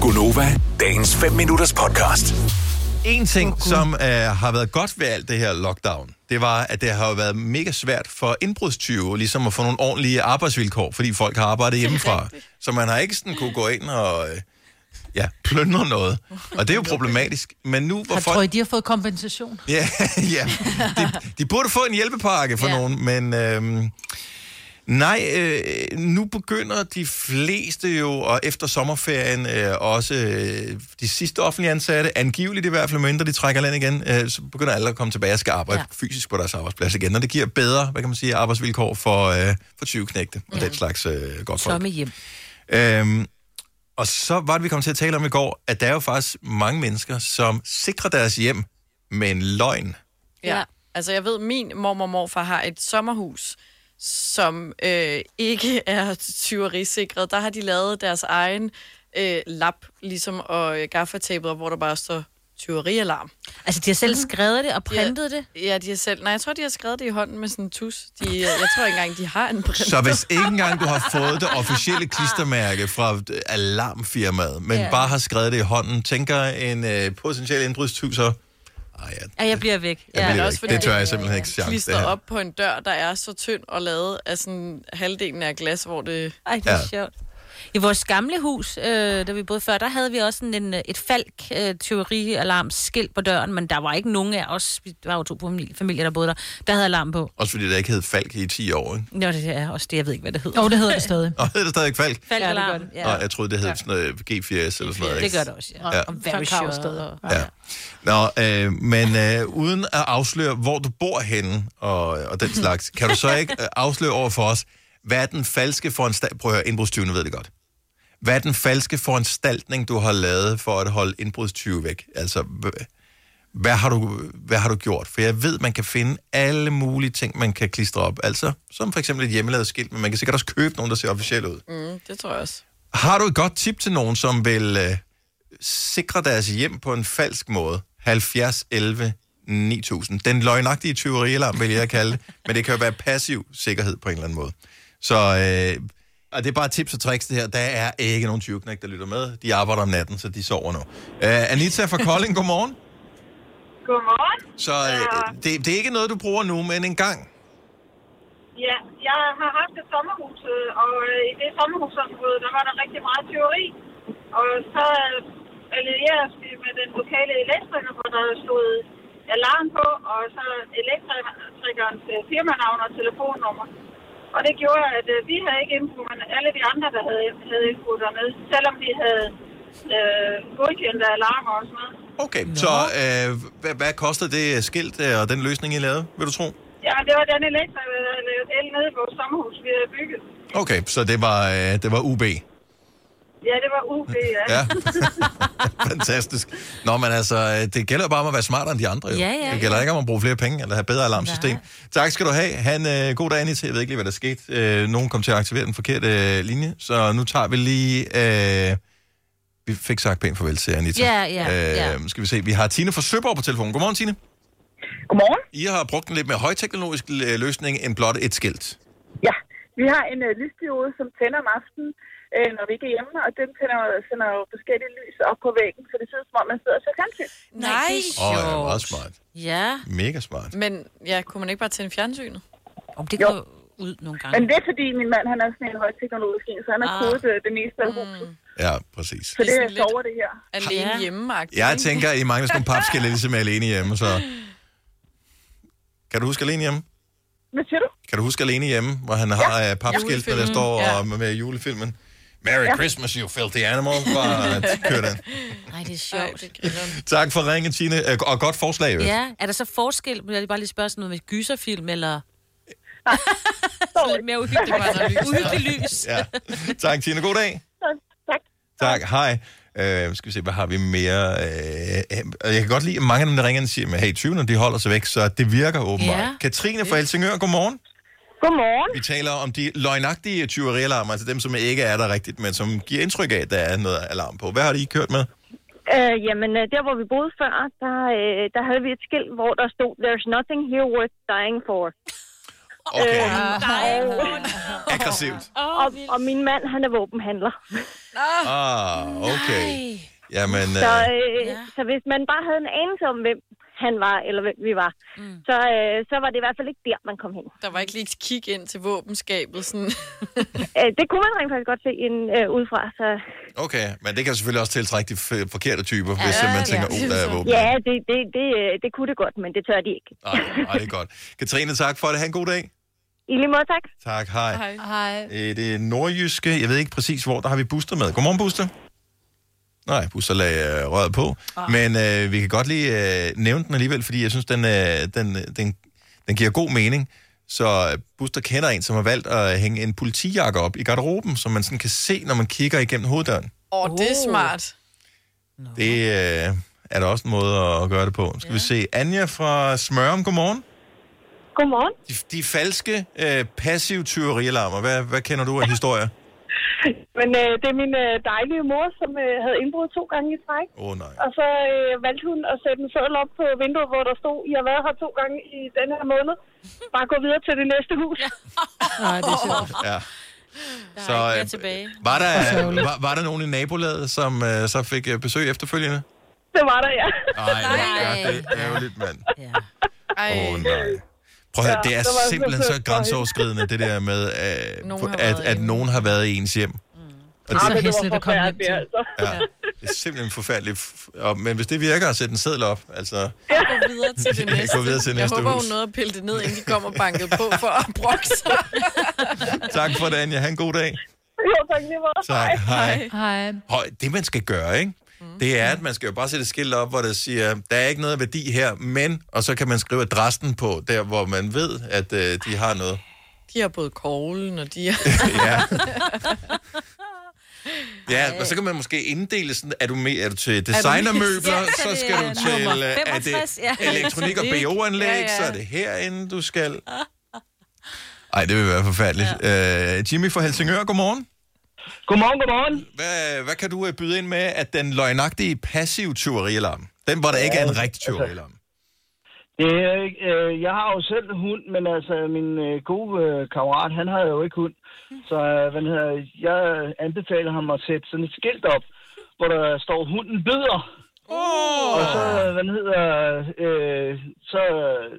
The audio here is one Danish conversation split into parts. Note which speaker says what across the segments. Speaker 1: Gunova, dagens 5 minutters podcast.
Speaker 2: En ting,
Speaker 3: Åh,
Speaker 2: oh,
Speaker 3: Gud.
Speaker 2: som øh, har været godt ved alt det her lockdown, det var, at det har jo været mega svært for indbrudstyve ligesom at få nogle ordentlige arbejdsvilkår, fordi folk har arbejdet hjemmefra. Så man har ikke sådan kunne gå ind og øh, ja, plyndre noget. Og det er jo problematisk. Men nu, hvor
Speaker 3: Jeg tror,
Speaker 2: folk...
Speaker 3: I, de har fået kompensation.
Speaker 2: Ja, ja. De, de burde få en hjælpepakke for ja.
Speaker 3: Ja.
Speaker 2: nogen, men... Øh, Nej, øh, nu begynder de fleste jo, og efter sommerferien øh, også øh, de sidste offentlige ansatte, angiveligt i hvert fald, mindre de trækker land igen, øh, så begynder alle at komme tilbage og skal arbejde ja.
Speaker 3: Ja.
Speaker 2: fysisk på deres arbejdsplads igen, og det giver bedre, hvad kan man sige, arbejdsvilkår for, øh, for 20 knægte og den slags øh, godt folk.
Speaker 4: Tomme hjem.
Speaker 2: Øhm, og så var det, vi kom til at tale om i går, at der er jo faktisk mange mennesker, som sikrer deres hjem med en løgn.
Speaker 5: Ja.
Speaker 4: Ja.
Speaker 5: ja. Altså, jeg ved, min mormor og morfar har et sommerhus, som øh, ikke er tyverisikret. Der har de lavet deres egen øh, lap, ligesom og øh, gaffatabet, hvor der bare står tyverialarm.
Speaker 4: Altså, de har
Speaker 3: Mhm.
Speaker 4: selv skrevet det og printet det.
Speaker 5: Ja, de har selv... Nej, jeg tror, de har skrevet det i hånden med sådan en tus. De, øh, jeg tror ikke engang, de har en print.
Speaker 2: Så hvis ikke engang du har fået det officielle klistermærke fra øh, alarmfirmaet, men
Speaker 4: Ja.
Speaker 2: bare har skrevet det i hånden, tænker en øh, potentiel indbrudstyv så, ej ja,
Speaker 4: Ja, jeg bliver væk.
Speaker 2: jeg
Speaker 4: Ja.
Speaker 2: bliver
Speaker 5: også
Speaker 2: ikke.
Speaker 5: fordi
Speaker 2: det tør
Speaker 5: det
Speaker 2: jeg simpelthen ikke chance. Det
Speaker 5: klister
Speaker 2: her.
Speaker 5: op på en dør, der er så tynd og lavet af sådan halvdelen af glas, hvor det...
Speaker 4: Ej, det er
Speaker 2: Ja.
Speaker 4: ja. sjovt. I vores gamle hus, øh, der vi boede før, der havde vi også sådan en, øh, et falk øh, teorialarm skilt på døren, men der var ikke nogen af os, vi var jo to familier, familier der boede der, der havde alarm på.
Speaker 2: Også fordi der ikke hed Falk i 10 år, ikke?
Speaker 4: Nå, det er også det, jeg ved ikke, hvad det hedder.
Speaker 3: Jo, det hedder det stadig.
Speaker 2: Og hed det stadig Falk?
Speaker 4: Falk
Speaker 3: Ja, det gør
Speaker 4: alarm.
Speaker 3: det.
Speaker 4: Ja,
Speaker 2: Ja. Og jeg troede, det hed sådan noget G4S eller sådan noget.
Speaker 4: det
Speaker 2: ikke?
Speaker 4: gør det også, ja.
Speaker 3: Ja.
Speaker 4: Og very sure.
Speaker 2: Ja. Nå, øh, men øh, uden at afsløre, hvor du bor henne og, og den slags, kan du så ikke øh, afsløre over for os, hvad er den falske foranstaltning, prøv at høre, indbrudstyvene ved det godt. Hvad er den falske foranstaltning, du har lavet for at holde indbrudstyve væk? Altså, hv- hvad har, du, hvad har du gjort? For jeg ved, man kan finde alle mulige ting, man kan klistre op. Altså, som for eksempel et hjemmelavet skilt, men man kan sikkert også købe nogen, der ser officielt ud.
Speaker 5: Mm, det tror jeg også.
Speaker 2: Har du et godt tip til nogen, som vil øh, sikre deres hjem på en falsk måde? 70 11 9000. Den løgnagtige tyverialarm, vil jeg kalde det. Men det kan jo være passiv sikkerhed på en eller anden måde. Så øh, og det er bare tips og tricks det her. Der er ikke nogen tyveknæk, der lytter med. De arbejder om natten, så de sover nu. Øh, Anita fra Kolding, godmorgen.
Speaker 6: Godmorgen.
Speaker 2: Så øh, det, det er ikke noget, du bruger nu, men en gang.
Speaker 6: Ja, jeg har haft et sommerhus, øh, og øh, i det sommerhusområde, der var der rigtig meget teori. Og så øh, allieredes vi med den lokale elektriker, hvor der stod alarm på, og så elektrikernes øh, firmanavn og telefonnummer. Og det gjorde, at øh, vi havde ikke indbrud, men alle de andre, der havde, havde indbrud dernede, selvom vi havde øh, godkendte alarmer og sådan noget.
Speaker 2: Okay, Nå. så øh, hvad, hvad kostede det skilt øh, og den løsning, I lavede, vil du tro?
Speaker 6: Ja, det var den elektriker, der havde lavet el nede i vores sommerhus, vi havde bygget.
Speaker 2: Okay, så det var, øh, det var UB.
Speaker 6: Ja, det var UB, ja.
Speaker 2: Ja. Fantastisk. Nå, men altså, øh, det gælder jo bare om at være smartere end de andre. Jo.
Speaker 4: Ja, ja,
Speaker 2: det gælder ikke om at bruge flere penge eller have bedre alarmsystem.
Speaker 4: Nej.
Speaker 2: Tak skal du have. Han, øh, god dag, Anita. Jeg ved ikke lige, hvad der skete. Øh, nogen kom til at aktivere den forkerte øh, linje, så nu tager vi lige... Øh, vi fik sagt pænt farvel til Anita.
Speaker 4: Ja, ja, ja.
Speaker 2: Øh, skal vi se. Vi har Tine fra Søborg på telefonen. Godmorgen, Tine.
Speaker 6: Godmorgen.
Speaker 2: I har brugt en lidt mere højteknologisk øh, løsning end blot et skilt.
Speaker 6: Ja, vi har en øh, lysdiode, som tænder om aftenen, øh, når vi ikke er hjemme, og den tænder, sender jo forskellige lys op på væggen, så det ser ud som om, man sidder og ser fjernsyn.
Speaker 4: Nej, det er
Speaker 2: Åh, oh, ja,
Speaker 4: sjovt.
Speaker 2: meget smart.
Speaker 4: Ja,
Speaker 2: Mega smart.
Speaker 5: Men ja, kunne man ikke bare tænde fjernsynet?
Speaker 4: om det
Speaker 6: Jo.
Speaker 4: går ud nogle
Speaker 6: Men
Speaker 4: gange.
Speaker 6: det er fordi, min mand han er sådan en højteknologisk en, så han har
Speaker 4: Ah. Mm.
Speaker 6: kodet øh, det meste af huset.
Speaker 2: Ja, præcis.
Speaker 6: Så det
Speaker 5: Sådan
Speaker 6: er
Speaker 5: lidt-
Speaker 6: over det her.
Speaker 5: Alene
Speaker 4: Ja.
Speaker 5: ja. hjemme
Speaker 2: Jeg tænker, I mangler sådan nogle papskille, ligesom jeg er alene hjemme, så... Kan du huske alene hjemme?
Speaker 6: Hvad siger du?
Speaker 2: Kan du huske alene hjemme, hvor han har ja. papskiltene, der
Speaker 5: Julefilmen,
Speaker 2: står
Speaker 5: ja.
Speaker 2: ja. med, med julefilmen? Merry ja. Christmas, you filthy animal. Bare kør den.
Speaker 4: Nej, det er
Speaker 5: Ej,
Speaker 4: sjovt.
Speaker 5: det grineren.
Speaker 2: Tak for ringen, Tine. Øh, Og godt forslag, ja.
Speaker 4: Ja, er der så forskel? Må jeg bare lige spørge sådan noget med gyserfilm, eller
Speaker 6: Sorry.
Speaker 4: lidt mere uhyggeligt, uhyggeligt lys?
Speaker 2: ja. Tak, Tine. God dag.
Speaker 6: Tak.
Speaker 2: Tak, hej. Øh, skal vi se, hvad har vi mere? Øh, øh, og jeg kan godt lide, at mange af dem, der ringer, siger, at hey, 20'erne, de holder sig væk, så det virker åbenbart. Ja.
Speaker 4: Ja.
Speaker 2: Katrine fra Helsingør, godmorgen.
Speaker 6: Godmorgen.
Speaker 2: Vi taler om de løgnagtige tyverialarmer, altså dem, som ikke er der rigtigt, men som giver indtryk af, at der er noget alarm på. Hvad har de kørt med?
Speaker 7: Øh, jamen, øh, der hvor vi boede før, der, øh, der havde vi et skilt, hvor der stod, There's nothing here worth dying for.
Speaker 2: Okay,
Speaker 6: Øh,
Speaker 4: Nej,
Speaker 2: aggressivt.
Speaker 7: Og, og min mand, han er våbenhandler.
Speaker 2: Ah, okay. Jamen,
Speaker 7: Så,
Speaker 2: øh,
Speaker 7: øh,
Speaker 4: Ja.
Speaker 7: ja. så hvis man bare havde en anelse om, hvem han var, eller hvem vi var, mm. så, øh, så var det i hvert fald ikke der, man kom hen.
Speaker 5: Der var ikke lige et kig ind til våbenskabet. Sådan.
Speaker 7: Øh, det kunne man rent faktisk godt se en, øh, udefra. Så,
Speaker 2: øh, okay. Men det kan selvfølgelig også tiltrække de f- forkerte typer, hvis
Speaker 4: Ja,
Speaker 2: øh, man
Speaker 4: ja.
Speaker 2: tænker, oh, der er våben.
Speaker 7: ja, det, det, det, øh, det kunne det godt, men det tør de ikke.
Speaker 2: Nej, nej, det er godt. Katrine, tak for det. Ha' en god dag.
Speaker 7: I lige måde, tak.
Speaker 2: Tak, hej. hej.
Speaker 5: Hej.
Speaker 4: Hej.
Speaker 2: Øh, Det er nordjyske, jeg ved ikke præcis hvor, der har vi Buster med. Godmorgen, Buster. Nej, Buster lagde øh, røret på. Ah. Men øh, vi kan godt lige øh, nævne den alligevel, fordi jeg synes, den, øh, den, øh, den, den giver god mening. Så øh, Buster kender en, som har valgt at hænge en politijakke op i garderoben, som man sådan kan se, når man kigger igennem hoveddøren.
Speaker 5: Åh, oh, det er
Speaker 4: Oh.
Speaker 5: smart.
Speaker 2: Det øh, er da også en måde at gøre det på. Skal ja. vi se. Anja fra Smørum, godmorgen.
Speaker 7: Godmorgen.
Speaker 2: De, de falske øh, passive tyverialarmer. Hvad, hvad kender du af historier?
Speaker 3: Men øh, det er min øh, dejlige mor, som øh, havde indbrud to gange i træk.
Speaker 2: Åh oh, nej.
Speaker 3: Og så øh, valgte hun at sætte en seddel op på vinduet, hvor der stod, I har været her to gange i den her måned. Bare gå videre til det næste hus. Ja.
Speaker 4: Nej, det er sjovt.
Speaker 2: Ja.
Speaker 4: Der
Speaker 2: Så,
Speaker 4: er ikke
Speaker 2: øh,
Speaker 4: mere tilbage.
Speaker 2: Var der, var, var der nogen i nabolaget, som øh, så fik øh, besøg efterfølgende?
Speaker 3: Det var der, ja.
Speaker 2: Ej,
Speaker 4: Nej.
Speaker 2: ja, det er ærgerligt, mand.
Speaker 4: Ja.
Speaker 5: Ej.
Speaker 2: Åh, oh, nej. Prøv at høre, det
Speaker 3: Ja,
Speaker 2: er
Speaker 3: det var så
Speaker 2: simpelthen
Speaker 3: sødt
Speaker 2: så
Speaker 3: for
Speaker 2: grænseoverskridende, det der med, øh,
Speaker 5: Nogen har
Speaker 2: at,
Speaker 5: været
Speaker 2: at
Speaker 5: inde.
Speaker 2: nogen har været i ens hjem. Og
Speaker 3: Ah,
Speaker 2: det,
Speaker 3: men det var
Speaker 4: hæsligt at komme hjem
Speaker 3: forfærdeligt,
Speaker 4: til.
Speaker 3: altså.
Speaker 2: ja, det er simpelthen forfærdeligt. F- Og, men hvis det virker at sætte en seddel op, altså...
Speaker 5: Gå videre til det
Speaker 2: Ja, gå
Speaker 5: næste.
Speaker 2: videre til
Speaker 5: jeg
Speaker 2: næste
Speaker 5: håber,
Speaker 2: hus.
Speaker 5: hun nåede at pille det ned, inden de kom og bankede på for at brokke sig.
Speaker 2: Tak for det, Anja. Ha' en god dag.
Speaker 3: Jo, tak lige meget.
Speaker 2: Tak. Hej.
Speaker 4: Hej.
Speaker 2: Høj, det man skal gøre, ikke? Det er, at man skal jo bare sætte et skilt op, hvor der siger, der er ikke noget værdi her, men, og så kan man skrive adressen på, der hvor man ved, at øh, de har noget.
Speaker 5: De har både koglen, og de har...
Speaker 2: ja. Ja, og så kan man måske inddele sådan, er du, med, er du til designermøbler,
Speaker 4: Ja, så
Speaker 2: så
Speaker 4: det
Speaker 2: skal
Speaker 4: er
Speaker 2: du til
Speaker 4: nummer
Speaker 2: øh, er det
Speaker 4: 65, ja.
Speaker 2: elektronik og BO-anlæg, ja,
Speaker 5: Ja,
Speaker 2: ja.
Speaker 5: ja.
Speaker 2: så er det herinde, du skal. Ej, det vil være forfærdeligt. Ja. Øh, Jimmy fra Helsingør, godmorgen.
Speaker 3: Godmorgen, godmorgen.
Speaker 2: Hvad, hvad kan du øh, byde ind med, at den løgnagtige passiv tyverialarm, den var der ikke er en
Speaker 3: altså-
Speaker 2: rigtig tyverialarm?
Speaker 8: Det, er ikke- øh, jeg har jo selv hund, men altså min øh, gode øh, kammerat, han har jo ikke hund. Så øh, hvad den hedder, jeg anbefaler ham at sætte sådan et skilt op, hvor der står, hunden bider. Oh. Og så, øh, hvad den hedder, øh, så øh,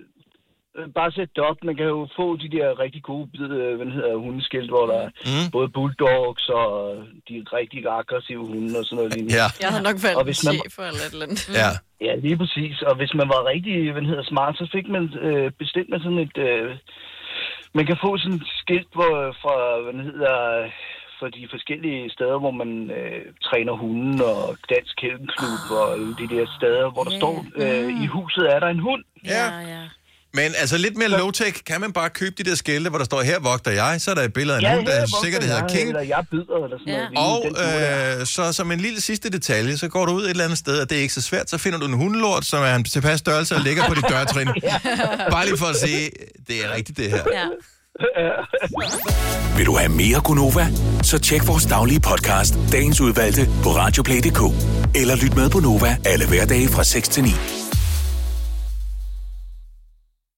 Speaker 8: bare sæt det op. Man kan jo få de der rigtig gode bid, øh, hvad den hedder, hundeskilt, hvor der er både bulldogs og de rigtig aggressive hunde og sådan noget lignende.
Speaker 2: Ja,
Speaker 5: Jeg havde nok valgt
Speaker 8: Og
Speaker 5: en
Speaker 8: hvis man-
Speaker 5: chef eller et eller andet.
Speaker 2: ja.
Speaker 8: Ja, lige præcis. Og hvis man var rigtig hvad den hedder, smart, så fik man øh, bestemt med sådan et... Øh, man kan få sådan et skilt hvor, fra, hvad den hedder, fra de forskellige steder, hvor man øh, træner hunden og dansk kældenklub og alle de der steder, hvor der
Speaker 4: Ja.
Speaker 8: står, øh, i huset er der en hund.
Speaker 4: Ja, ja.
Speaker 2: Men altså lidt mere low-tech, kan man bare købe de der skilte, hvor der står, her vogter jeg, så er der et billede af nogen,
Speaker 8: her
Speaker 2: der
Speaker 8: vokser
Speaker 2: sikkert
Speaker 8: jeg,
Speaker 2: hedder King,
Speaker 8: Eller jeg bider, eller sådan
Speaker 4: Ja.
Speaker 8: noget.
Speaker 2: Og
Speaker 8: Den tur der.
Speaker 2: øh, så som en lille sidste detalje, så går du ud et eller andet sted, og det er ikke så svært, så finder du en hundelort, som er en tilpas størrelse og ligger på dit dørtrin. Bare lige for at se, det er rigtigt det her.
Speaker 4: ja.
Speaker 1: Vil du have mere Gunova? Så tjek vores daglige podcast, dagens udvalgte, på radioplay.dk. Eller lyt med på Nova alle hverdage fra 6 til 9.